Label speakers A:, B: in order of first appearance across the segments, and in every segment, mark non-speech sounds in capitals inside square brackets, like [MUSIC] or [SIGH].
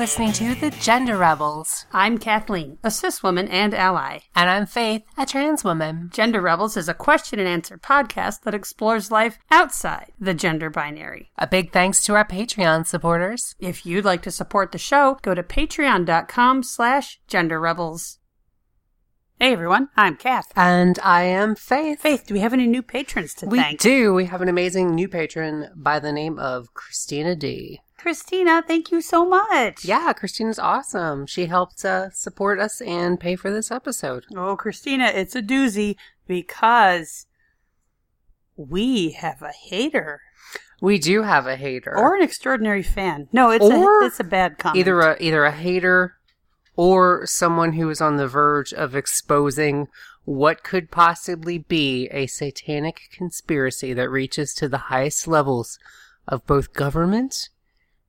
A: listening to The Gender Rebels.
B: I'm Kathleen, a cis woman and ally.
A: And I'm Faith, a trans woman.
B: Gender Rebels is a question and answer podcast that explores life outside the gender binary.
A: A big thanks to our Patreon supporters.
B: If you'd like to support the show, go to patreon.com slash gender rebels. Hey everyone, I'm Kath.
A: And I am Faith.
B: Faith, do we have any new patrons to
A: we
B: thank?
A: do. We have an amazing new patron by the name of Christina D.
B: Christina, thank you so much.
A: Yeah, Christina's awesome. She helped uh, support us and pay for this episode.
B: Oh, Christina, it's a doozy because we have a hater
A: We do have a hater.
B: or an extraordinary fan. No, it's
A: Or
B: a it's a bad comment.
A: either a either a hater or someone who is on the verge of exposing what could possibly be a satanic conspiracy that reaches to the highest levels of both government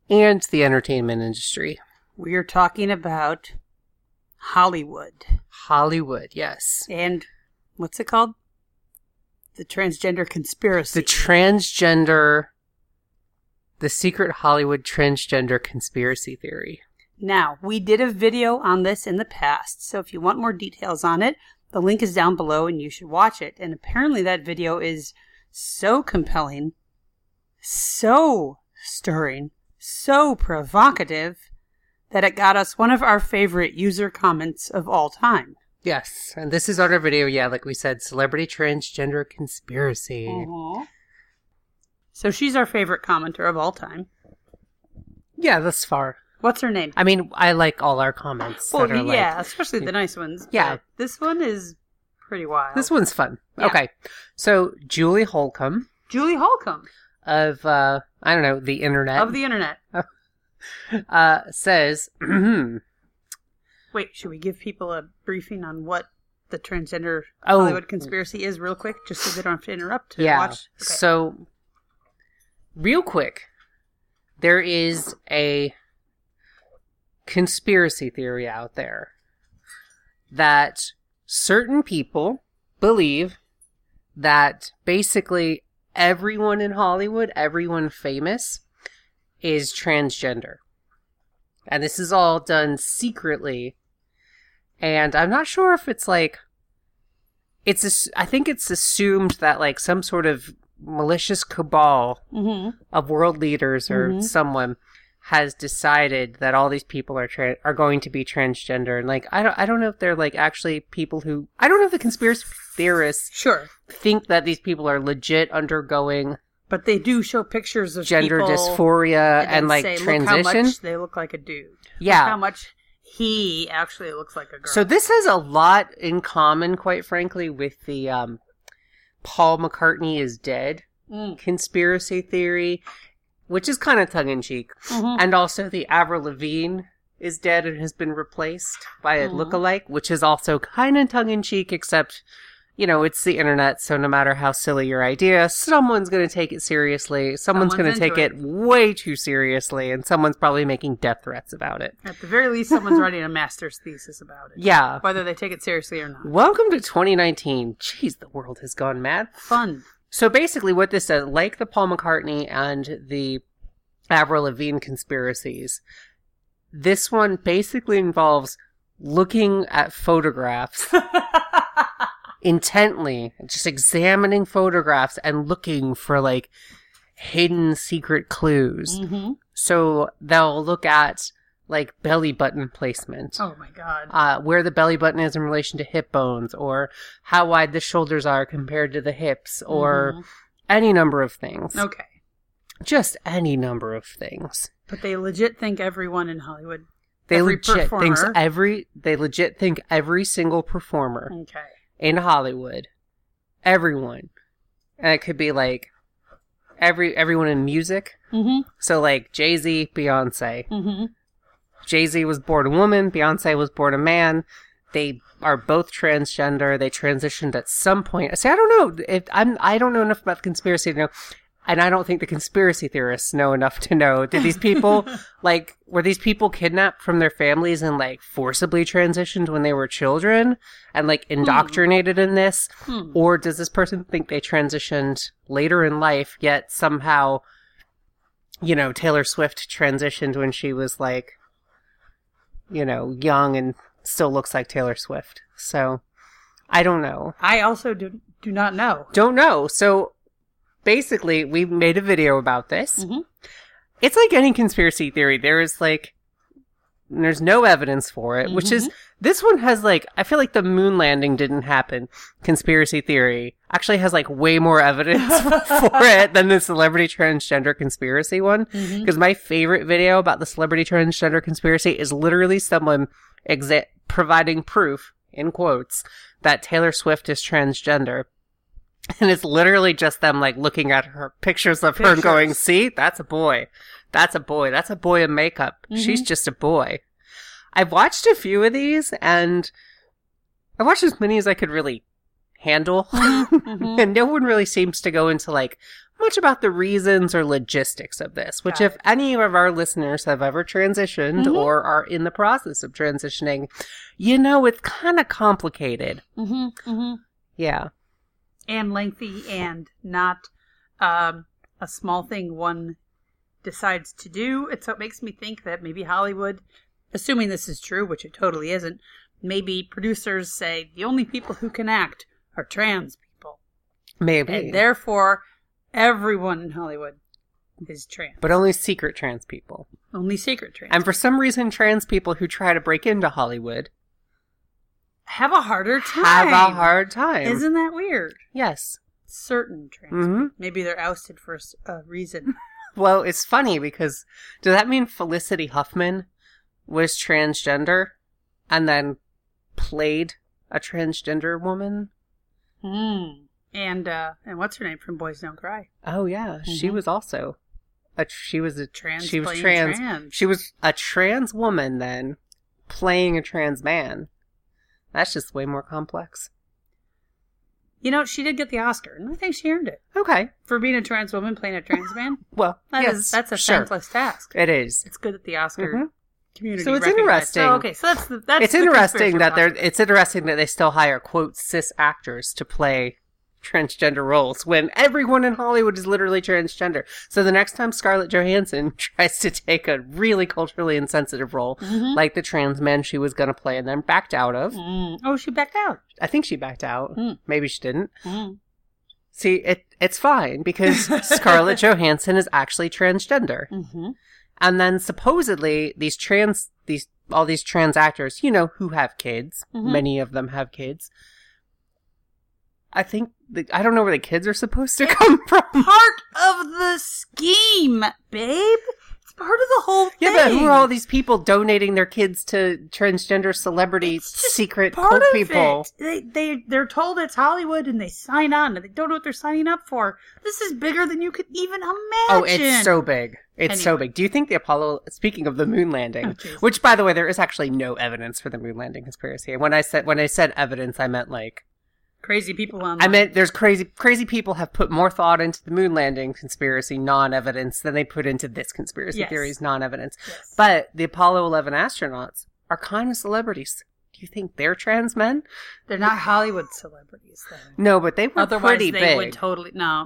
A: and the entertainment industry.
B: we are talking about Hollywood
A: Hollywood, yes.
B: and what's it called? The transgender conspiracy.
A: The transgender the secret Hollywood transgender conspiracy theory.
B: Now, we did a video on this in the past, so if you want more details on it, the link is down below and you should watch it. And apparently, that video is so compelling, so stirring, so provocative that it got us one of our favorite user comments of all time.
A: Yes, and this is on our video, yeah, like we said, celebrity transgender conspiracy.
B: So she's our favorite commenter of all time.
A: Yeah, thus far.
B: What's her name?
A: I mean, I like all our comments.
B: Well,
A: that are
B: yeah,
A: Like,
B: especially the nice ones.
A: Yeah.
B: but This one is pretty wild.
A: this one's fun.
B: Yeah.
A: Okay. So, Julie Holcomb
B: Julie Holcomb
A: of, uh, I don't know, the internet
B: of the internet.
A: uh, says, [CLEARS THROAT] hmm,
B: Wait, should we give people a briefing on what the transgender
A: Oh.
B: Hollywood conspiracy is, real quick, just so they don't have to interrupt to
A: yeah.
B: watch? Okay.
A: So, real quick, there is a conspiracy theory out there that certain people believe that basically everyone in Hollywood, everyone famous, is transgender. And this is all done secretly. And I'm not sure if it's like it's ass- I think it's assumed that like some sort of malicious cabal
B: mm-hmm.
A: of world leaders or
B: Mhm.
A: someone has decided that all these people are tra- are going to be transgender and like I don't I don't know if they're like actually people who I don't know if the conspiracy theorists
B: sure,
A: think that these people are legit undergoing
B: but they do show pictures of
A: gender
B: people
A: dysphoria and,
B: then
A: like
B: say, Look how
A: transition.
B: much they look like a dude. Look how
A: yeah.
B: much he actually looks like a girl.
A: So this has a lot in common quite frankly with the um Paul McCartney is dead
B: Mm.
A: conspiracy theory, which is kind of tongue in cheek,
B: Mhm.
A: and also the Avril Lavigne is dead and has been replaced by a
B: Mhm.
A: lookalike, which is also kind of tongue in cheek, except you know it's the internet, so no matter how silly your idea, someone's going to take it seriously. Someone's,
B: Someone's
A: going to
B: into
A: take
B: it.
A: it. way too seriously, and someone's probably making death threats about it.
B: At the very least, someone's writing a master's thesis about it,
A: Yeah.
B: whether they take it seriously or not.
A: Welcome to 2019. Jeez, the world has gone mad.
B: Fun.
A: So basically, what this says, like the Paul McCartney and the Avril Lavigne conspiracies, this one basically involves looking at photographs intently, just examining photographs and looking for like hidden secret clues.
B: hmm
A: So they'll look at like belly button placement
B: Oh my god.
A: uh, where the belly button is in relation to hip bones, or how wide the shoulders are compared to the hips, or
B: Mm-hmm.
A: any number of things.
B: Okay.
A: Just any number of things.
B: But they legit think everyone in Hollywood.
A: They
B: Every
A: legit thinks
B: performer.
A: every they legit think every single performer
B: Okay.
A: in Hollywood, everyone, and it could be like every everyone in music.
B: Mm-hmm.
A: So like Jay Z, Beyonce,
B: Mm-hmm.
A: Jay Z was born a woman, Beyonce was born a man. They are both transgender. They transitioned at some point. See, I don't know. If I'm, I don't know enough about the conspiracy to know, and I don't think the conspiracy theorists know enough to know. Did these people, like, were these people kidnapped from their families and like forcibly transitioned when they were children and like indoctrinated in this,
B: Hmm.
A: or does this person think they transitioned later in life yet somehow, you know, Taylor Swift transitioned when she was like you know, young and still looks like Taylor Swift. So I don't know.
B: I also do do not know.
A: Don't know. So basically, we made a video about this.
B: Mhm.
A: It's like any conspiracy theory. There is like, there's no evidence for it, which is, this one has like, I feel like the moon landing didn't happen. Conspiracy theory actually has like way more evidence for it than the celebrity transgender conspiracy one.
B: Mhm.
A: Because my favorite video about the celebrity transgender conspiracy is literally someone exa- providing proof, in quotes, that Taylor Swift is transgender. And it's literally just them like looking at her pictures of her and going,
B: Pictures.
A: see, that's a boy. That's a boy. That's a boy in makeup.
B: Mm-hmm.
A: She's just a boy. I've watched a few of these and I watched as many as I could really
B: [LAUGHS]
A: handle.
B: Mhm.
A: and no one really seems to go into like much about the reasons or logistics of this which
B: Got
A: if any of our listeners have ever transitioned
B: Mhm.
A: or are in the process of transitioning you know it's kind of complicated
B: hmm hmm
A: yeah
B: And lengthy and not um, a small thing one decides to do. And so it makes me think that maybe Hollywood, assuming this is true, which it totally isn't, maybe producers say the only people who can act are trans people.
A: maybe
B: And therefore, everyone in Hollywood is trans.
A: but only secret trans people
B: Only secret trans.
A: and for some reason trans people who try to break into hollywood
B: have a harder time.
A: have a hard time
B: Isn't that weird?
A: yes
B: Certain trans.
A: Mhm.
B: Maybe they're ousted for s- a
A: [LAUGHS]
B: reason.
A: well it's funny because does that mean felicity huffman was transgender and then played a transgender woman
B: Mm. And uh, and what's her name from Boys Don't Cry?
A: Oh yeah, she
B: Mhm.
A: was also a she was a
B: Trans
A: She was
B: playing
A: trans.
B: trans.
A: She was a trans woman then playing a trans man. That's just way more complex.
B: You know, she did get the Oscar, and I think she earned it
A: Okay.
B: for being a trans woman playing a trans
A: [LAUGHS]
B: man.
A: Well,
B: That
A: yes,
B: is- that's a
A: sure.
B: thankless task.
A: It is.
B: It's good that the Oscar
A: Mhm.
B: community.
A: So it's
B: recognized-
A: interesting.
B: So, okay, so that's the, that's
A: it's
B: the
A: interesting
B: conspiracy
A: that they're
B: plot.
A: it's interesting that they still hire quote cis actors to play transgender roles when everyone in Hollywood is literally transgender. So the next time Scarlett Johansson [LAUGHS] tries to take a really culturally insensitive role,
B: Mhm.
A: like the trans man she was going to play and then backed out of,
B: Mm. Oh, she backed out.
A: I think she backed out.
B: Hmm.
A: Maybe she didn't.
B: Mm.
A: See, it it's fine
B: [LAUGHS]
A: because Scarlett Johansson is actually transgender.
B: hmm
A: And then supposedly these trans these all these trans actors, you know, who have kids,
B: Mhm.
A: many of them have kids. I think the, I don't know where the kids are supposed to [LAUGHS] come from.
B: Part of the scheme, babe. It's part of the whole
A: Yeah,
B: thing.
A: but who are all these people donating their kids to transgender celebrity
B: It's just
A: secret
B: part
A: cult
B: of
A: people?
B: it. They they they're told it's Hollywood and they sign on and they don't know what they're signing up for. This is bigger than you could even imagine.
A: Oh, it's so big. It's so
B: Anyway.
A: big. Do you think the Apollo, speaking of the moon landing,
B: Oh, jeez.
A: which by the way, there is actually no evidence for the moon landing conspiracy. And when I said, when I said evidence, I meant like,
B: crazy people on.
A: I meant there's crazy, crazy people have put more thought into the moon landing conspiracy non-evidence than they put into this conspiracy
B: Yes.
A: theory's non-evidence.
B: Yes.
A: But the Apollo 11 astronauts are kind of celebrities. Do you think they're trans men?
B: they're not Hollywood celebrities though.
A: No, but they were
B: Otherwise,
A: pretty
B: they
A: big.
B: would totally no,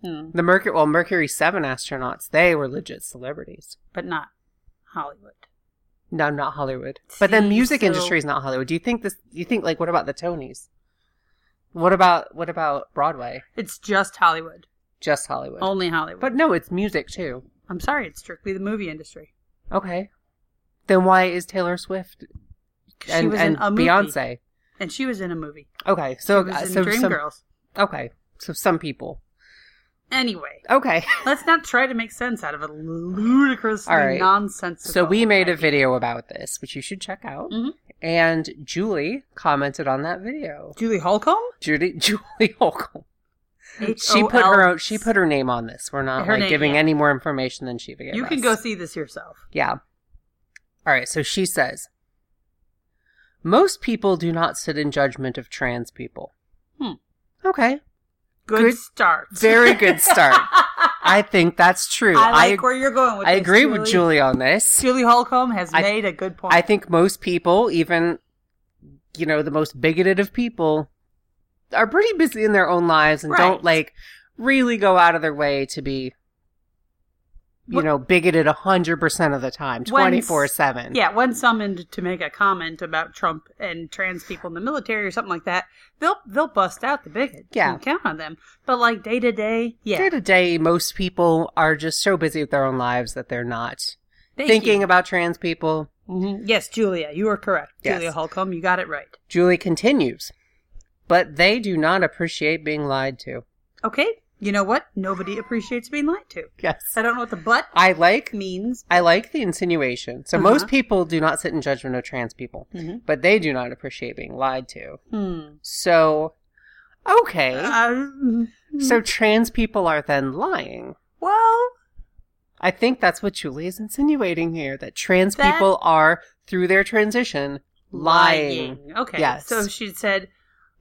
B: mm-hmm.
A: the Mercury, well, Mercury 7 astronauts, they were legit celebrities.
B: but not Hollywood.
A: No, not Hollywood. But the
B: See,
A: music
B: so-
A: industry is not Hollywood. Do you think this? You think like what about the Tonys? What about what about Broadway?
B: It's just Hollywood,
A: Just Hollywood.
B: only Hollywood.
A: But no, it's music too.
B: I'm sorry, it's strictly the movie industry.
A: Okay, then why is Taylor Swift
B: 'Cause
A: and,
B: she was
A: and
B: in a movie,
A: Beyonce?
B: and she was in a movie.
A: Okay,
B: She
A: so
B: was
A: uh,
B: in
A: so some
B: Dreamgirls.
A: okay, so some people.
B: Anyway, [LAUGHS]
A: Okay,
B: Let's not try to make sense out of a ludicrously
A: All right.
B: nonsensical.
A: so we made a
B: idea.
A: video about this, which you should check out.
B: Mhm.
A: And Julie commented on that video.
B: Julie Holcomb.
A: Judy [LAUGHS] Julie Holcomb. She put her own, she put her name on this. We're not
B: Oh, Her
A: like
B: name,
A: giving
B: yeah.
A: any more information than she gave
B: You
A: us.
B: can go see this yourself.
A: Yeah. All right. So she says, most people do not sit in judgment of trans people.
B: Hmm.
A: Okay.
B: Good,
A: Good-
B: start.
A: Very good start.
B: [LAUGHS]
A: I think that's true.
B: I like
A: I,
B: where you're going with
A: I
B: this,
A: agree with Julie on this.
B: Julie Holcomb has
A: I-
B: made a good point.
A: I think most people, even you know, the most bigoted of people, are pretty busy in their own lives and
B: Right.
A: don't like really go out of their way to be you
B: What-
A: know, bigoted 100% of the time,
B: When-
A: 24 7.
B: Yeah, when summoned to make a comment about Trump and trans people in the military or something like that, they'll they'll bust out the bigot.
A: Yeah.
B: you can count on them. But like day to day, yeah,
A: Day to day, most people are just so busy with their own lives that they're not
B: Thank
A: thinking
B: you.
A: about trans people.
B: Mhm. Yes, Julia, you are correct.
A: Yes.
B: Julia Holcomb, you got it right.
A: Julie continues, but they do not appreciate being lied to.
B: Okay, you know what? Nobody appreciates being lied to.
A: Yes.
B: I don't know what the but
A: I like
B: means.
A: I like the insinuation. So
B: Uh-huh.
A: most people do not sit in judgment of trans people,
B: Mhm.
A: but they do not appreciate being lied to.
B: Hmm.
A: So okay.
B: Um,
A: so trans people are then lying.
B: well,
A: I think that's what Julie is insinuating here that trans
B: That-
A: people are through their transition lying.
B: lying. Okay.
A: Yes.
B: So she said,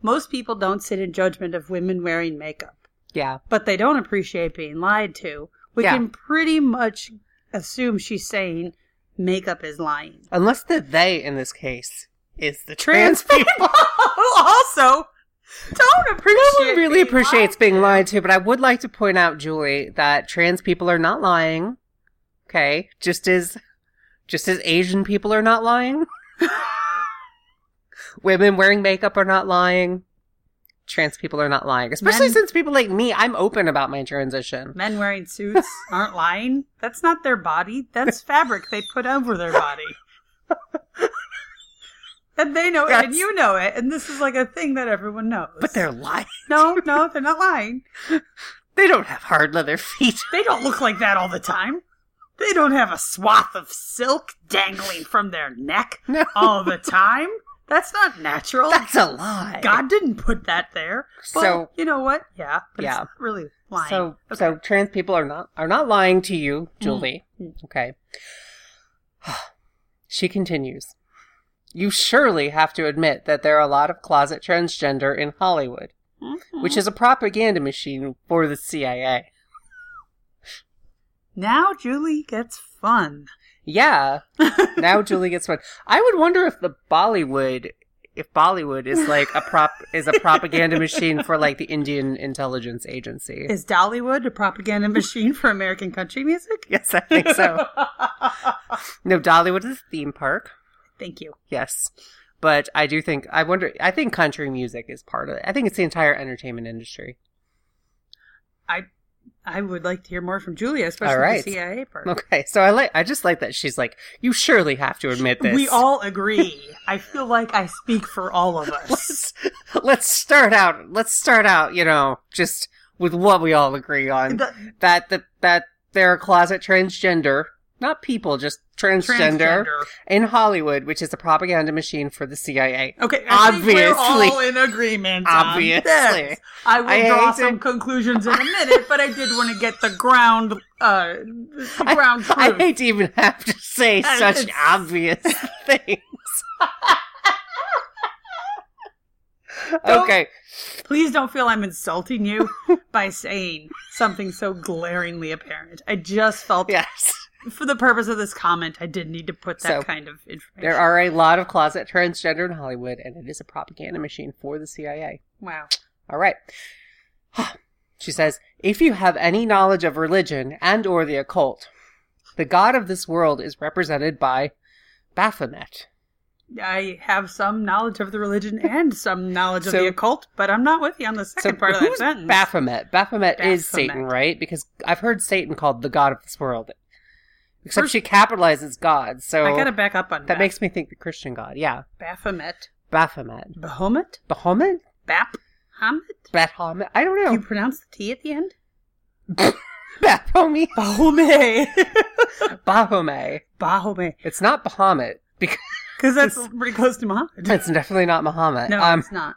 B: most people don't sit in judgment of women wearing makeup.
A: Yeah.
B: but they don't appreciate being lied to, we
A: Yeah.
B: can pretty much assume she's saying makeup is lying.
A: Unless the they in this case is the trans
B: [LAUGHS]
A: people.
B: Who also don't appreciate.
A: No one really
B: being
A: appreciates
B: lied
A: being
B: to.
A: lied to, but I would like to point out, Julie, that trans people are not lying. Okay, just as just as Asian people are not lying, [LAUGHS] women wearing makeup are not lying. Trans people are not lying, especially
B: Men-
A: since people like me, I'm open about my transition.
B: Men wearing suits aren't lying. That's not their body. That's fabric they put over their body. and they know it, and
A: Yes.
B: you know it, and this is like a thing that everyone knows.
A: But they're lying.
B: no, no, they're not lying.
A: They don't have hard leather feet. [LAUGHS]
B: They don't look like that all the time. They don't have a swath of silk dangling from their neck
A: [LAUGHS] No.
B: all the time. That's not natural.
A: That's a lie.
B: God didn't put that there. Well,
A: So-
B: you know what? Yeah, but it's
A: Yeah.
B: not really lying.
A: So so trans people are not are not lying to you, Julie. Okay. [SIGHS] She continues. You surely have to admit that there are a lot of closet transgender in Hollywood,
B: Mm-hmm.
A: which is a propaganda machine for the CIA.
B: now Julie gets fun.
A: [LAUGHS] Yeah. Now Julie gets one. I would wonder if the Bollywood if Bollywood is like a prop is a propaganda machine for like the Indian intelligence agency.
B: Is Dollywood a propaganda [LAUGHS] machine for American country music?
A: [LAUGHS] Yes, I [LAUGHS] think so. No, Dollywood is a theme park.
B: Thank you.
A: Yes. But I do think I wonder I think country music is part of it. I think it's the entire entertainment industry. [LAUGHS]
B: I I would like to hear more from Julia, especially
A: All right.
B: the CIA part.
A: Okay. So I like I just like that she's like, You surely have to admit this.
B: We all agree. I feel like I speak for all of
A: [LAUGHS]
B: us.
A: let's, let's start out let's start out, you know, just with what we all agree on.
B: The-
A: that the that they're a closet transgender. Not people, just transgender, in Hollywood, which is a propaganda machine for the CIA.
B: Okay, I think we're
A: Obviously.
B: all in agreement.
A: Obviously.
B: on this. I will
A: I
B: draw
A: hate
B: some
A: it.
B: conclusions in a minute, but I did want to get the ground, uh, the ground truth.
A: [LAUGHS] I hate to even have to say
B: And
A: such
B: it's-
A: obvious things.
B: Don't-
A: okay.
B: Please don't feel I'm insulting you [LAUGHS] by saying something so glaringly apparent. I just felt,
A: Yes.
B: for the purpose of this comment, I did need to put that
A: So,
B: kind of information.
A: There are a lot of closet transgender in Hollywood, and it is a propaganda machine for the CIA.
B: wow.
A: All right. [SIGHS] She says, if you have any knowledge of religion and or the occult, the god of this world is represented by Baphomet.
B: I have some knowledge of the religion and some knowledge of
A: So-
B: the occult, but I'm not with you on the second part of that
A: who's
B: sentence.
A: Baphomet? Baphomet is
B: Baphomet.
A: Satan, right? Because I've heard Satan called the god of this world. Except she capitalizes God, so
B: I gotta back up on
A: that makes me think the Christian God. Yeah,
B: Baphomet.
A: Baphomet,
B: Bahomet?
A: Bahomet,
B: Baphomet?
A: Baphomet. I don't
B: You
A: know.
B: pronounce the T at the end?
A: [LAUGHS] Baphomet,
B: Bahomet.
A: [LAUGHS] Bahomet.
B: Bahomet.
A: It's not Bahamut because [LAUGHS]
B: Because that's pretty close to Muhammad.
A: it's definitely not Muhammad.
B: No,
A: um,
B: it's not.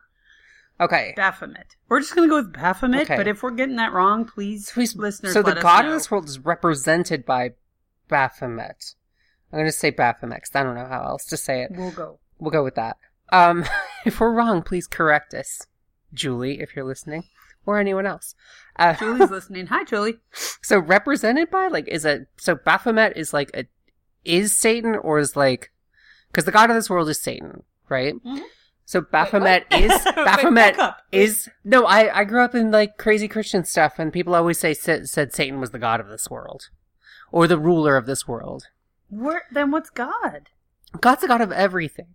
A: okay.
B: Baphomet. We're just going to go with Baphomet,
A: Okay.
B: but if we're getting that wrong, please,
A: So he's-
B: listeners,
A: so the
B: let us
A: god of
B: know.
A: this world is represented by Baphomet. I'm going to say Baphomet 'cause I don't know how else to say it.
B: We'll go.
A: We'll go with that. Um, [LAUGHS] if we're wrong, please correct us, Julie, if you're listening, or anyone else. Uh, [LAUGHS]
B: Julie's listening. Hi, Julie.
A: so represented by like is a so Baphomet is like a is Satan or is like because the god of this world is Satan, right?
B: Mhm.
A: So Baphomet is
B: [LAUGHS] Wait,
A: Baphomet
B: back up.
A: is no. I I grew up in like crazy Christian stuff, and people always say said, said Satan was the god of this world, or the ruler of this world.
B: Where then? What's God?
A: God's the god of everything,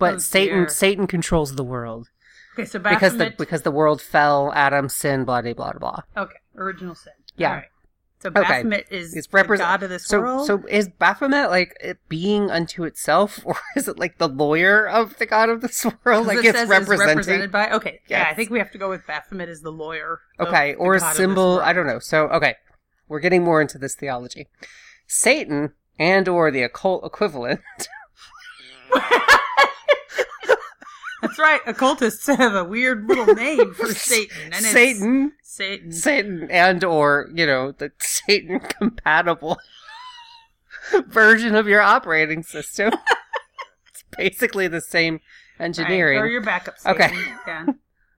A: but
B: Oh,
A: Satan
B: dear.
A: Satan controls the world
B: Okay, so Baphomet.
A: because the because the world fell, Adam sinned, blah blah blah blah.
B: okay, original sin.
A: Yeah.
B: All right. So
A: Okay.
B: Baphomet is
A: It's
B: the
A: represent-
B: god of this
A: so,
B: world.
A: So is Baphomet like a being unto itself, [LAUGHS] or is it like the lawyer of the god of this [LAUGHS] world?
B: 'Cause
A: Like
B: it
A: it's
B: says
A: representing.
B: represented by. Okay, yeah, I
A: Yes.
B: think we have to go with Baphomet as the lawyer. of
A: okay,
B: the
A: or a
B: god of this
A: symbol.
B: world.
A: I don't know. So okay, we're getting more into this theology. Satan and or the occult equivalent.
B: [LAUGHS] That's right. Occultists have a weird little name
A: [LAUGHS]
B: for Satan. And it's
A: Satan,
B: Satan.
A: Satan, and or you know the Satan compatible [LAUGHS] version of your operating system. [LAUGHS] it's basically the same
B: Right,
A: engineering.
B: Or your backup Satan.
A: Okay.
B: Yeah.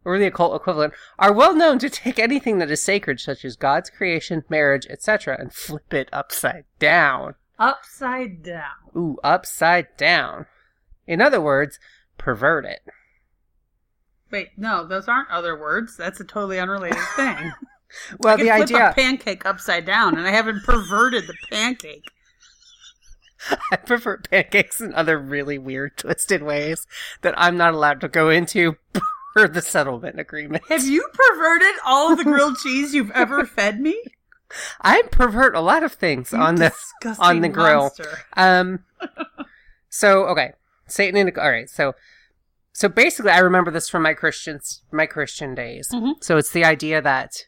A: or the occult equivalent, are well known to take anything that is sacred, such as God's creation, marriage, etc., and flip it upside down.
B: Upside down.
A: Ooh, upside down. In other words, pervert it.
B: Wait, no, those aren't other words. That's a totally [LAUGHS] unrelated thing.
A: Well, the
B: I can flip a
A: idea
B: pancake upside down, and I haven't perverted the pancake.
A: [LAUGHS] I prefer pancakes in other really weird, twisted ways that I'm not allowed to go into [LAUGHS] per the settlement agreement.
B: Have you perverted all of the [LAUGHS] grilled cheese you've ever fed me?
A: I pervert a lot of things
B: You
A: on this
B: disgusting
A: on the grill.
B: monster.
A: Um. so okay, Satan and all right. So so basically, I remember this from my Christians my Christian days.
B: Mhm.
A: So it's the idea that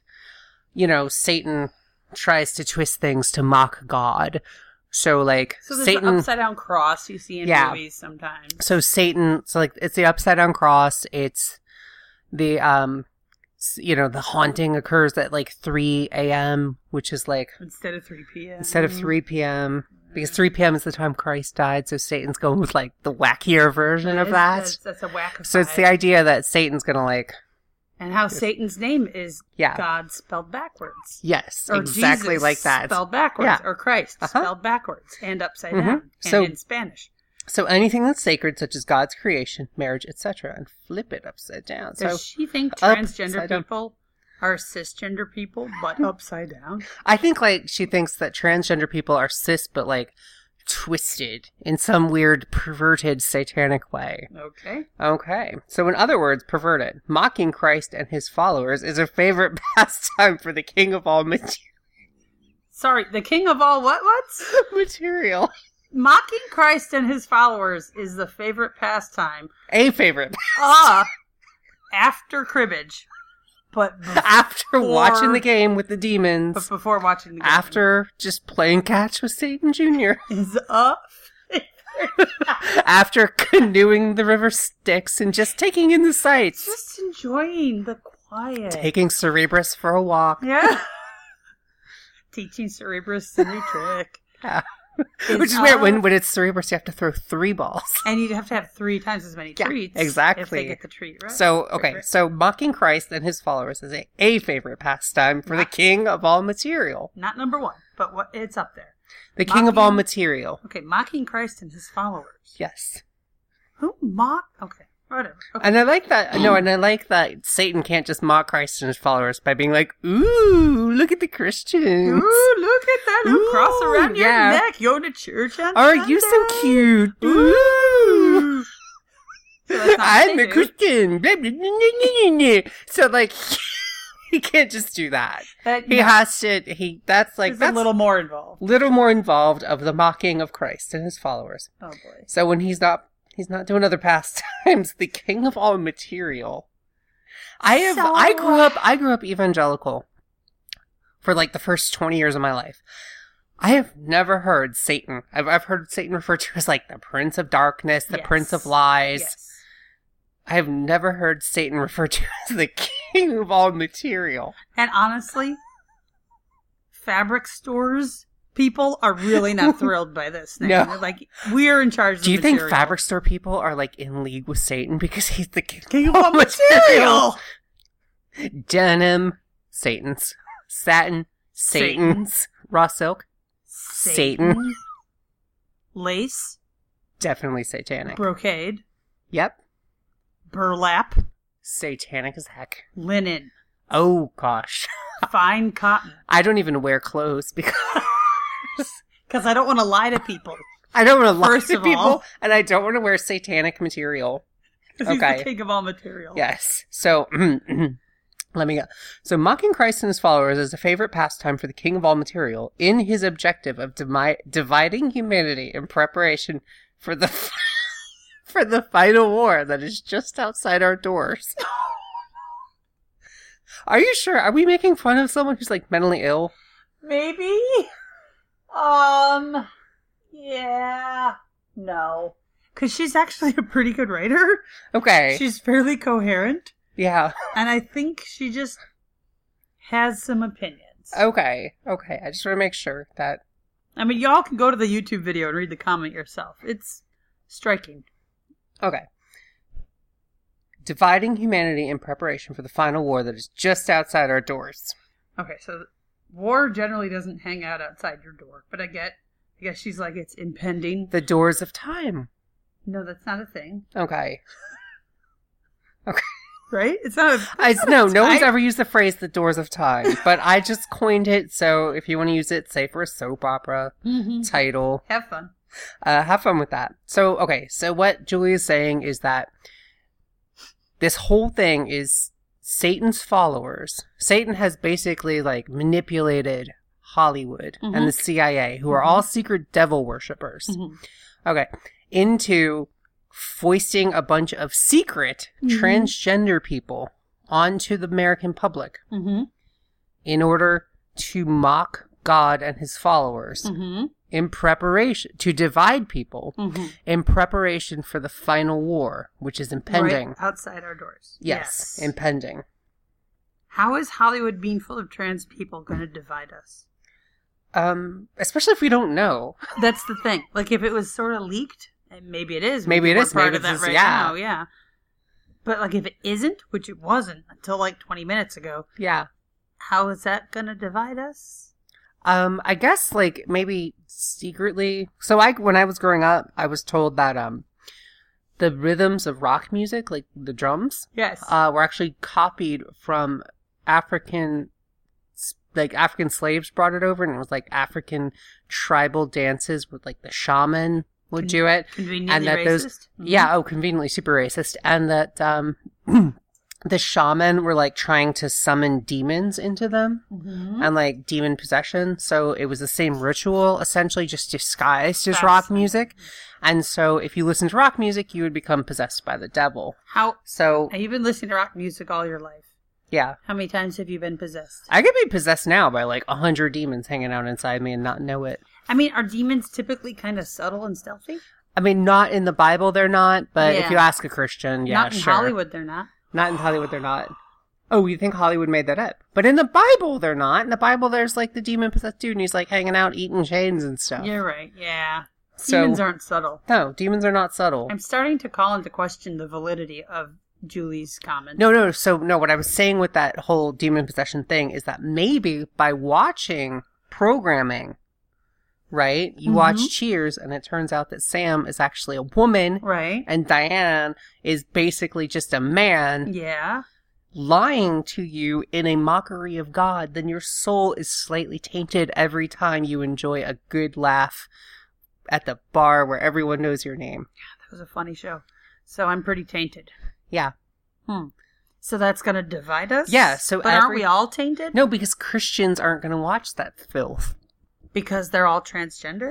A: you know Satan tries to twist things to mock God. So like
B: So there's
A: Satan.
B: an upside down cross you see in
A: Yeah.
B: movies sometimes.
A: so Satan. So like it's the upside down cross. It's the um. s- You know the haunting occurs at like 3 a.m., which is like
B: Instead of 3 p.m.
A: instead of 3 p.m. because 3 p.m. is the time Christ died, so Satan's going with like the wackier version of
B: It's-
A: that.
B: That's, that's a whack of
A: So it's the idea that Satan's gonna like,
B: And how Satan's name is
A: yeah,
B: God spelled backwards.
A: yes,
B: Or
A: exactly
B: Jesus
A: like that.
B: Spelled backwards.
A: Yeah.
B: Or Christ
A: Uh-huh.
B: spelled backwards and upside
A: Mhm.
B: down. And
A: So-
B: in Spanish.
A: So anything that's sacred, such as God's creation, marriage, etc., and flip it upside down. So
B: Does she think
A: upside
B: transgender
A: down.
B: people are cisgender people,
A: [LAUGHS]
B: but upside down?
A: I think like she thinks that transgender people are cis, but like twisted in some weird perverted satanic way.
B: Okay.
A: Okay. So, in other words, perverted. Mocking Christ and his followers is a favorite [LAUGHS] pastime for the king of all mater-
B: Sorry, the king of all what what's?
A: [LAUGHS] material.
B: Mocking Christ and his followers is the favorite pastime.
A: A favorite.
B: Ah, after cribbage, but bef-
A: [LAUGHS] After watching
B: Or-
A: the game with the
B: but
A: demons,
B: before watching the game.
A: after just playing catch with Satan Jr.,
B: is uh, up.
A: [LAUGHS] after canoeing the river Styx and just taking in the sights,
B: Just enjoying the quiet.
A: taking Cerebrus for a walk, [LAUGHS]
B: yeah. Teaching Cerebrus a new trick.
A: Yeah.
B: Is
A: which is weird. When,
B: up.
A: when it's Cerebrus, you have to throw three balls.
B: and you'd have to have three times as many
A: Yeah,
B: treats. If
A: exactly.
B: they get the treat right.
A: So, okay,
B: Right.
A: so mocking Christ and his followers is a, a favorite pastime for the
B: Not-
A: king of all material.
B: Not number one, but what it's up there.
A: The king of all
B: Mocking-
A: material.
B: Okay, mocking Christ and his followers.
A: Yes.
B: Who mock? Okay, whatever. Okay.
A: And I like that. No, and I like that Satan can't just mock Christ and his followers by being like, ooh, look at the Christians.
B: Ooh, look at that little
A: Ooh,
B: cross around your
A: yeah.
B: neck. You're to church on
A: Are you so
B: Sunday?
A: cute? Ooh.
B: [LAUGHS] So that's not what
A: I'm
B: they
A: a
B: do.
A: Christian. [LAUGHS] Blah, blah, blah, blah, blah, blah. So, like, [LAUGHS] he can't just do that.
B: That,
A: He
B: no,
A: has to, he, that's like,
B: it's
A: that's
B: a little more involved.
A: little more involved of the mocking of Christ and his followers.
B: Oh boy.
A: So when he's not he's not doing other [LAUGHS] pastimes, the king of all material. I have
B: So-
A: I grew up I grew up evangelical for like the first twenty years of my life. I have never heard Satan. I've I've heard Satan referred to as like the prince of darkness, the
B: Yes.
A: prince of lies.
B: Yes.
A: I have never heard Satan [LAUGHS] referred to as the king of all material.
B: And honestly, fabric stores people are
A: [LAUGHS]
B: really not thrilled by this thing.
A: No.
B: They're like, we're in charge. of
A: Do you
B: the
A: think
B: material.
A: fabric store people are like in league with Satan because he's the king, [LAUGHS]
B: King
A: of all material? Denim, Satan's. Satin, Satan's. Raw silk, Satan.
B: Satan. Lace,
A: definitely satanic.
B: brocade,
A: yep.
B: burlap,
A: Satanic as heck.
B: linen,
A: Oh gosh.
B: fine cotton.
A: I don't even wear clothes because [LAUGHS]
B: because I don't want to lie to people.
A: I don't want to lie
B: First
A: to
B: of
A: people,
B: all-
A: and I don't want to wear satanic material.
B: 'Cause He's
A: Okay.
B: the king of all material.
A: Yes. So [CLEARS THROAT] let me go. So mocking Christ and his followers is a favorite pastime for the king of all material in his objective of demi- dividing humanity in preparation for the [LAUGHS] for the final war that is just outside our doors. [LAUGHS] Are you sure? Are we making fun of someone who's like mentally ill?
B: Maybe. Um. Yeah. No. Because she's actually a pretty good writer.
A: Okay.
B: She's fairly coherent,
A: yeah.
B: and I think she just has some opinions.
A: Okay. Okay. I just want to make sure that
B: I mean, y'all can go to the YouTube video and read the comment yourself. It's striking.
A: Okay. Dividing humanity in preparation for the final war that is just outside our doors.
B: Okay, so war generally doesn't hang out outside your door, but I get, I guess she's like it's impending.
A: The doors of time.
B: No, that's not a thing,
A: Okay.
B: right? It's not. A,
A: I, no, no one's
B: Time?
A: ever used the phrase the doors of time, but I just coined it, so if you want to use it, say for a soap opera
B: Mm-hmm.
A: title,
B: Have fun.
A: uh, have fun with that. So, okay, so what Julie is saying is that this whole thing is Satan's followers. Satan has basically like manipulated Hollywood
B: Mhm.
A: and the CIA, who are
B: Mhm.
A: all secret devil worshippers.
B: Mm-hmm.
A: Okay. Into foisting a bunch of secret
B: Mhm.
A: transgender people onto the American public
B: Mm-hmm.
A: in order to mock God and his followers
B: Mm-hmm.
A: in preparation to divide people
B: Mm-hmm.
A: in preparation for the final war, which is impending.
B: Right outside our doors.
A: Yes, impending.
B: How is Hollywood being full of trans people going to divide us?
A: Um, especially if we don't know.
B: That's the thing. Like if it was sort of leaked, and maybe it is.
A: Maybe it
B: we're
A: is,
B: Part
A: maybe
B: of that
A: this is-
B: right
A: yeah.
B: now, yeah. But like if it isn't, which it wasn't until like 20 minutes ago,
A: Yeah.
B: how is that going to divide us?
A: Um, I guess like maybe secretly. So I, when I was growing up, I was told that um, the rhythms of rock music, like the drums,
B: Yes.
A: uh, were actually copied from African, s- like African slaves brought it over, and it was like African tribal dances with like the shaman would do it.
B: Conveniently
A: and that
B: racist.
A: those-
B: Mhm.
A: Yeah, oh, conveniently super racist, and that um, [CLEARS THROAT] the shaman were like trying to summon demons into them
B: Mhm.
A: and like demon possession. So it was the same ritual, essentially just disguised as rock
B: Fascinating.
A: music. And so if you listen to rock music, you would become possessed by the devil.
B: How
A: So
B: you've been listening to rock music all your life?
A: yeah,
B: How many times have you been possessed?
A: I could be possessed now by like a hundred demons hanging out inside me and not know it.
B: I mean, are demons typically kind of subtle and stealthy?
A: I mean, not in the Bible, they're not, but if
B: Yeah.
A: you ask a Christian, yeah,
B: Not in
A: sure.
B: Hollywood, they're not.
A: Not in Hollywood, they're not. Oh, you think Hollywood made that up? But in the Bible, they're not. In the Bible, there's like the demon possessed dude, and he's like hanging out, eating chains and stuff.
B: You're right. Yeah.
A: So-
B: Demons aren't subtle.
A: No, demons are not subtle.
B: I'm starting to call into question the validity of Julie's comment.
A: No, no. So, no, what I was saying with that whole demon possession thing is that maybe by watching programming, right? You watch
B: Mhm.
A: Cheers, and it turns out that Sam is actually a woman,
B: Right?
A: and Diane is basically just a man
B: Yeah.
A: lying to you in a mockery of God. Then your soul is slightly tainted every time you enjoy a good laugh at the bar where everyone knows your name.
B: That was a funny show. So I'm pretty tainted.
A: Yeah.
B: Hmm. So that's going to divide us?
A: Yeah, so
B: But aren't
A: every-
B: we all tainted?
A: No, because Christians aren't going to watch that filth.
B: Because they're all transgender?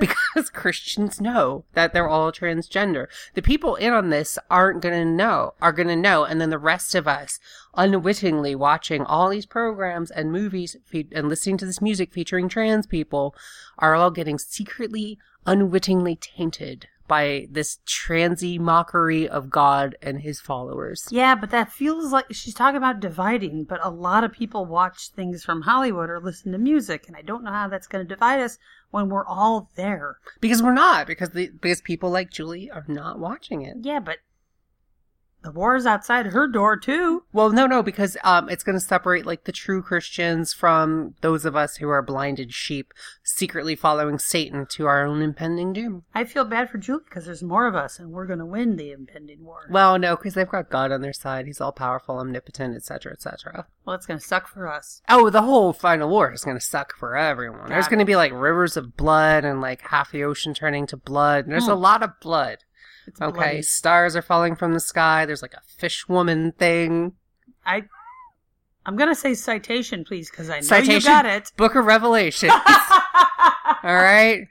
A: [LAUGHS] because Christians know that they're all transgender. The people in on this aren't going to know, are going to know, and then the rest of us unwittingly watching all these programs and movies fe- and listening to this music featuring trans people are all getting secretly, unwittingly tainted by this transy mockery of God and his followers.
B: yeah, but that feels like she's talking about dividing, but a lot of people watch things from Hollywood or listen to music, and I don't know how that's going to divide us when we're all there.
A: Because we're not, because the, because people like Julie are not watching it.
B: Yeah, but the war is outside her door too.
A: Well, no, no, because um, it's going to separate like the true Christians from those of us who are blinded sheep, secretly following Satan to our own impending doom.
B: I feel bad for Julie because there's more of us, and we're going to win the impending war.
A: Well, no, because they've got God on their side. He's all powerful, omnipotent, etc., etc.
B: Well, it's going to suck for us.
A: Oh, the whole final war is going to suck for everyone. There's
B: Yeah.
A: going to be like rivers of blood and like half the ocean turning to blood. And there's a
B: Hmm.
A: lot of blood.
B: It's
A: Okay,
B: bloody.
A: stars are falling from the sky. There's like a fish woman thing.
B: I, I'm going to say citation, please, because I know you
A: Citation?
B: got it.
A: Book of
B: [LAUGHS]
A: Revelation. all right,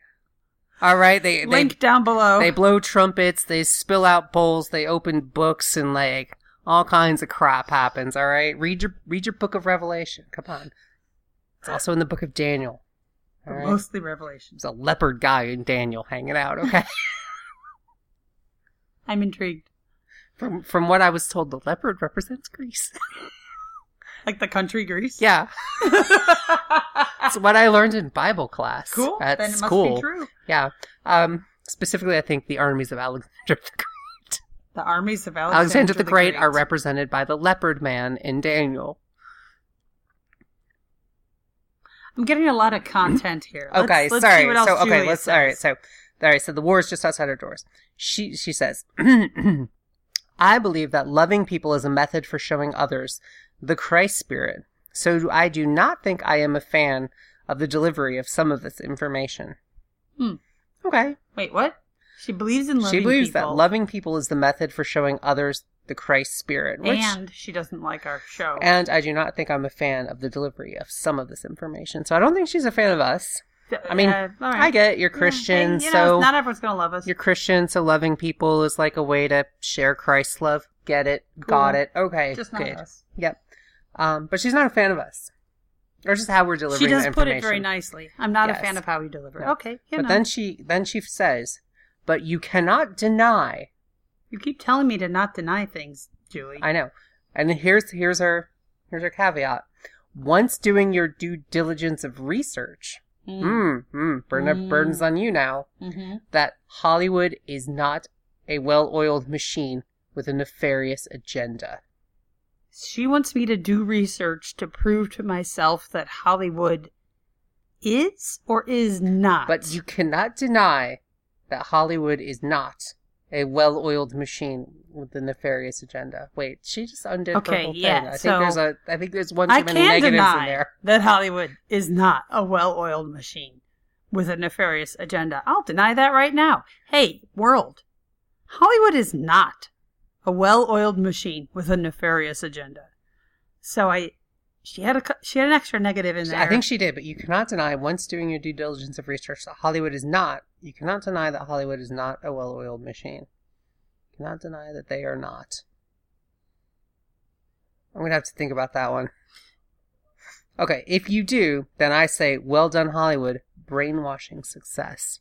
A: all right. [LAUGHS] They they
B: Link down below.
A: They blow trumpets, they spill out bowls, they open books, and like all kinds of crap happens. All right, read your read your book of Revelation. Come on, it's also in the book of Daniel. All
B: But
A: right,
B: Mostly revelations.
A: there's a leopard guy in Daniel hanging out.
B: [LAUGHS]
A: Okay,
B: I'm intrigued.
A: from from what I was told, the leopard represents Greece. [LAUGHS]
B: Like the country Greece. [LAUGHS]
A: yeah, that's what I learned in Bible class.
B: cool.
A: at
B: then it must
A: school.
B: be true.
A: Yeah, um, specifically, I think the armies of Alexander the Great.
B: The armies of Alexander,
A: Alexander the Great are represented by the leopard man in Daniel.
B: I'm getting a lot of content here. Let's-
A: Okay,
B: let's see
A: sorry.
B: what else
A: so okay,
B: Julia
A: let's all right.
B: says.
A: So all right. So the war is just outside our doors. She she says, [CLEARS THROAT] I believe that loving people is a method for showing others the Christ spirit. So do- I do not think I am a fan of the delivery of some of this information.
B: Hmm.
A: Okay.
B: Wait, what? She believes in loving
A: She believes
B: people,
A: that loving people is the method for showing others the Christ spirit. Which,
B: and she doesn't like our show.
A: and I do not think I'm a fan of the delivery of some of this information. So I don't think she's a fan of us. I mean,
B: uh, all right.
A: I get it, you're
B: Yeah,
A: Christian,
B: hey, you
A: so
B: know, not everyone's gonna love us.
A: You're Christian, so loving people is like a way to share Christ's love. Get it? Got
B: Cool.
A: it? Okay,
B: just not
A: good.
B: us.
A: Yep. Um, but she's not a fan of us, or just how we're delivering.
B: She does
A: the
B: put
A: information.
B: it very nicely. I'm not a
A: Yes.
B: fan of how you deliver. it.
A: No.
B: Okay, you
A: but
B: know,
A: then she then she says, "But you cannot deny."
B: you keep telling me to not deny things, Julie.
A: I know. And here's here's her here's her caveat. Once doing your due diligence of research, mm, mm, burden
B: Mm.
A: burdens on you now.
B: Mm-hmm.
A: that Hollywood is not a well oiled machine with a nefarious agenda.
B: She wants me to do research to prove to myself that Hollywood is or is not.
A: But you cannot deny that Hollywood is not a well oiled machine with a nefarious agenda. Wait, she just undid her
B: Okay,
A: whole
B: yeah,
A: thing. I
B: so-
A: think there's a I think there's one too
B: I
A: many
B: can
A: negatives
B: deny
A: in there.
B: that Hollywood is not a well-oiled machine with a nefarious agenda. I'll deny that right now. Hey, world, Hollywood is not a well-oiled machine with a nefarious agenda. So I, she had a cou- she had an extra negative in there.
A: I think she did, but you cannot deny once doing your due diligence of research that Hollywood is not you cannot deny that Hollywood is not a well oiled machine. You cannot deny that they are not. I'm gonna have to think about that one. Okay, if you do, then I say well done Hollywood, brainwashing success.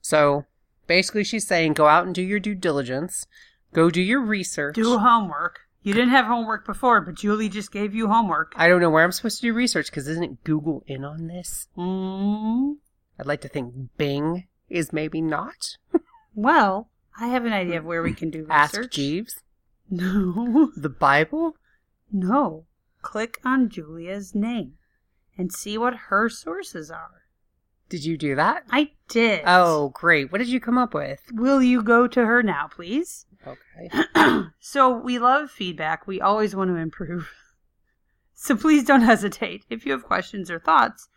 A: So basically she's saying go out and do your due diligence, go do your research.
B: do homework. You didn't have homework before, but Julie just gave you homework.
A: I don't know where I'm supposed to do research because isn't Google in on this?
B: Mm,
A: I'd like to think Bing is maybe not.
B: well, I have an idea of where we can do research.
A: Ask Jeeves.
B: [LAUGHS] No.
A: The Bible?
B: No. Click on Julia's name and see what her sources are.
A: Did you do that?
B: I did.
A: Oh, great. What did you come up with?
B: Will you go to her now, please?
A: Okay.
B: so, we love feedback. We always want to improve. [LAUGHS] So, please don't hesitate if you have questions or thoughts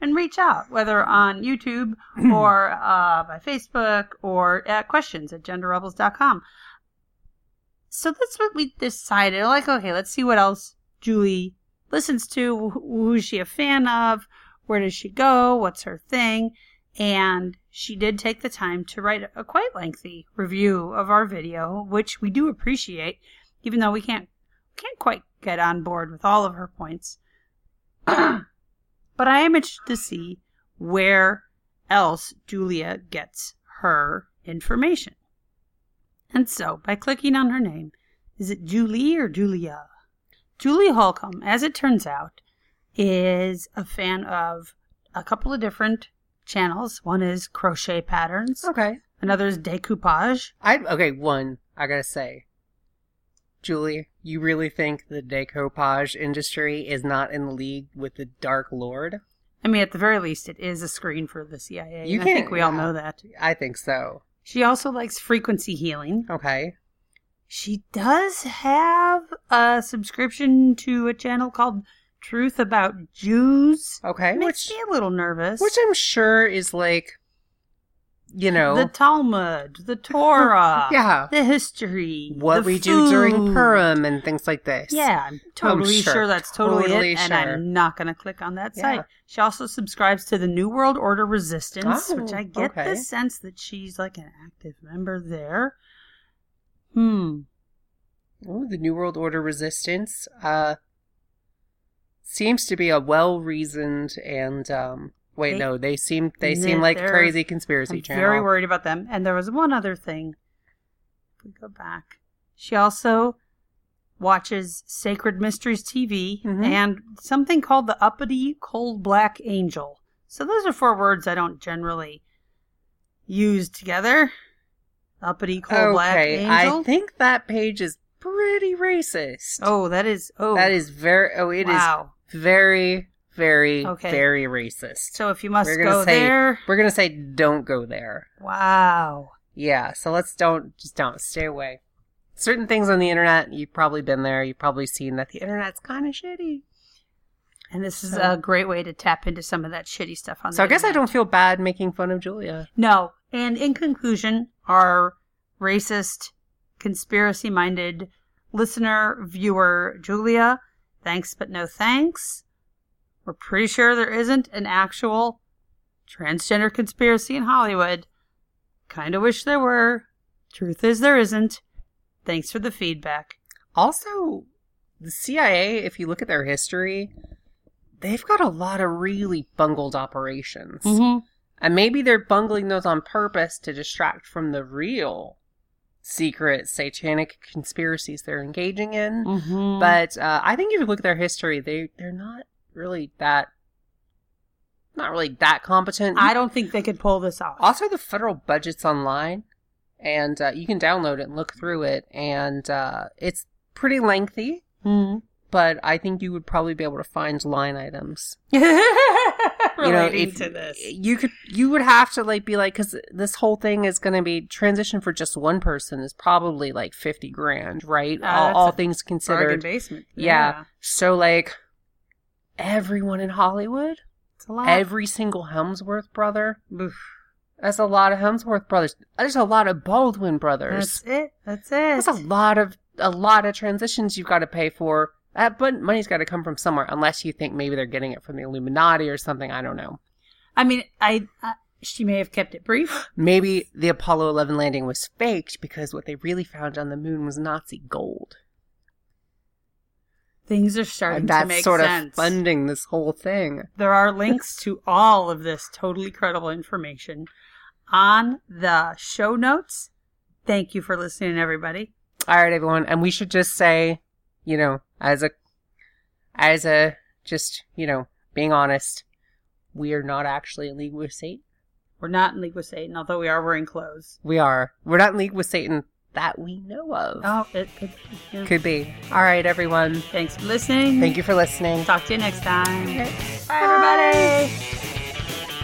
B: and reach out, whether on YouTube or uh, by Facebook or at questions at genderrebels.com. So, that's what we decided. Like, okay, let's see what else Julie listens to. wh- Who's she a fan of? Where does she go? What's her thing? And she did take the time to write a quite lengthy review of our video, which we do appreciate, even though we can't can't quite get on board with all of her points. [CLEARS THROAT] but I am interested to see where else Julia gets her information. And so, by clicking on her name, is it Julie or Julia? Julie Holcomb, as it turns out, is a fan of a couple of different channels. One is crochet
A: Oh.
B: patterns,
A: [CLEARS THROAT] Okay.
B: another is decoupage.
A: I okay, one, I gotta say. Julie, you really think the decoupage industry is not in league with the Dark Lord?
B: I mean, at the very least, it is a screen for the CIA.
A: You
B: and I think
A: can't-
B: we all
A: yeah.
B: know that.
A: I think so.
B: She also likes frequency healing.
A: Okay.
B: She does have a subscription to a channel called Truth About Jews.
A: Okay.
B: Makes
A: Which,
B: me a little nervous.
A: which I'm sure is like, you know,
B: the Talmud, the Torah,
A: [LAUGHS] yeah,
B: the history,
A: what
B: the
A: we do during
B: food.
A: Purim and things like this.
B: Yeah, I'm totally sure.
A: Oh, sure.
B: that's totally,
A: Totally
B: it, and
A: sure.
B: I'm not going to click on that
A: Yeah.
B: site. She also subscribes to the New World Order Resistance, which
A: Oh,
B: I get
A: okay.
B: the sense that she's like an active member there. Hmm.
A: Ooh, the New World Order resistance uh, seems to be a well-reasoned and um, wait,
B: They-
A: no, they seem they
B: Nah,
A: seem like
B: they're-
A: crazy conspiracy
B: I'm
A: channel.
B: very worried about them. And there was one other thing. If we go back, she also watches Sacred Mysteries TV
A: Mhm.
B: and something called the Uppity Cold Black Angel. So those are four words I don't generally use together. Uppity Cold Black
A: Okay,
B: Angel.
A: I think that page is pretty racist.
B: oh, that is oh
A: that is very. Oh, it is
B: wow.
A: very, very,
B: Okay.
A: very racist.
B: So if you must
A: We're gonna
B: go
A: say-
B: there,
A: We're gonna say don't go there.
B: wow.
A: Yeah, so let's don't just don't stay away. Certain things on the internet, you've probably been there. You've probably seen that the internet's kind of shitty.
B: And this is
A: So-
B: a great way to tap into some of that shitty stuff on.
A: So
B: the
A: I guess I
B: internet.
A: don't feel bad making fun of Julia.
B: No. And in conclusion, our racist, conspiracy minded listener, viewer, Julia, thanks but no thanks. We're pretty sure there isn't an actual transgender conspiracy in Hollywood. Kind of wish there were. Truth is, there isn't. Thanks for the feedback.
A: Also, the CIA, if you look at their history, they've got a lot of really bungled operations.
B: Mm-hmm.
A: And maybe they're bungling those on purpose to distract from the real secret satanic conspiracies they're engaging in.
B: Mm-hmm.
A: But uh, I think if you look at their history, they they're not really that not really that competent.
B: I don't think they could pull this off.
A: also the federal budget's online, and uh, you can download it and look through it, and uh, it's pretty lengthy.
B: Mhm.
A: But I think you would probably be able to find line items.
B: [LAUGHS] Relating
A: you know, if
B: to this.
A: you could, you would have to like be like, because this whole thing is going to be transition for just one person is probably like fifty grand, right?
B: Uh,
A: all
B: that's
A: all
B: a
A: things
B: Bargain
A: considered,
B: basement.
A: Yeah. So like everyone in Hollywood,
B: It's a lot.
A: every single Helmsworth brother.
B: Oof.
A: That's a lot of Helmsworth brothers. There's a lot of Baldwin
B: That's
A: brothers.
B: it. That's it.
A: That's, a lot of a lot of transitions you've got to pay for. That but money's got to come from somewhere, unless you think maybe they're getting it from the Illuminati or something. I don't know.
B: I mean, I uh, she may have kept it brief.
A: Maybe the Apollo 11 landing was faked because what they really found on the moon was Nazi gold.
B: Things are starting
A: And
B: to
A: that's
B: make
A: sort
B: sense.
A: of funding this whole thing.
B: There are links to all of this totally credible information on the show notes. Thank you for listening, everybody.
A: All right, everyone, and we should just say, you know, as a, as a, just you know, being honest, we are not actually in league with Satan.
B: We're not in league with Satan, although we are wearing clothes.
A: We are. We're not in league with Satan that we know of.
B: Oh, it could. be, yeah.
A: Could be. All right, everyone.
B: Thanks for listening.
A: Thank you for listening.
B: Talk to you next time.
A: Okay.
B: Bye, everybody.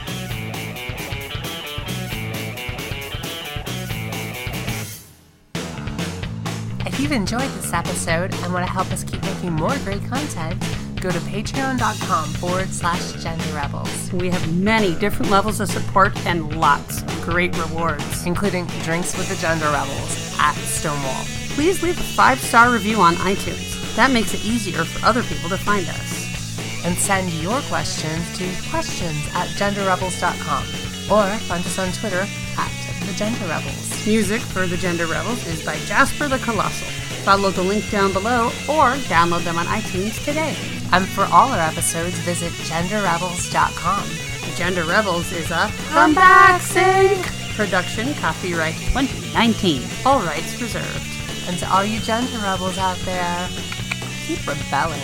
A: If you've enjoyed this episode and want to help us keep making more great content, go to patreon.com forward slash gender rebels.
B: We have many different levels of support and lots of great rewards.
A: including drinks with the gender rebels at Stonewall.
B: Please leave a five star review on iTunes. That makes it easier for other people to find us.
A: And send your questions to questions at genderrebels.com or find us on Twitter at the gender rebels.
B: Music for the Gender Rebels is by Jasper the Colossal. Follow the link down below or download them on iTunes today.
A: And for all our episodes, visit genderrebels.com.
B: The Gender Rebels is a comeback sync production, copyright 2019. All rights reserved.
A: And to all you gender rebels out there, keep rebelling.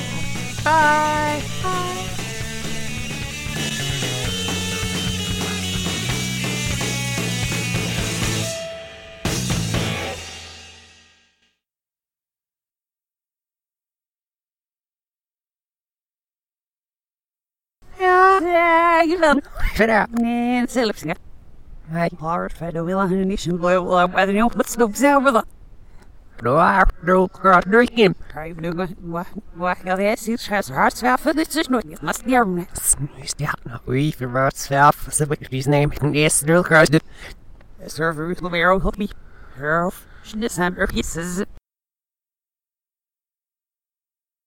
A: Bye. Bye.
B: eh, Serve Ruth Romero, help me. Herald, December pieces.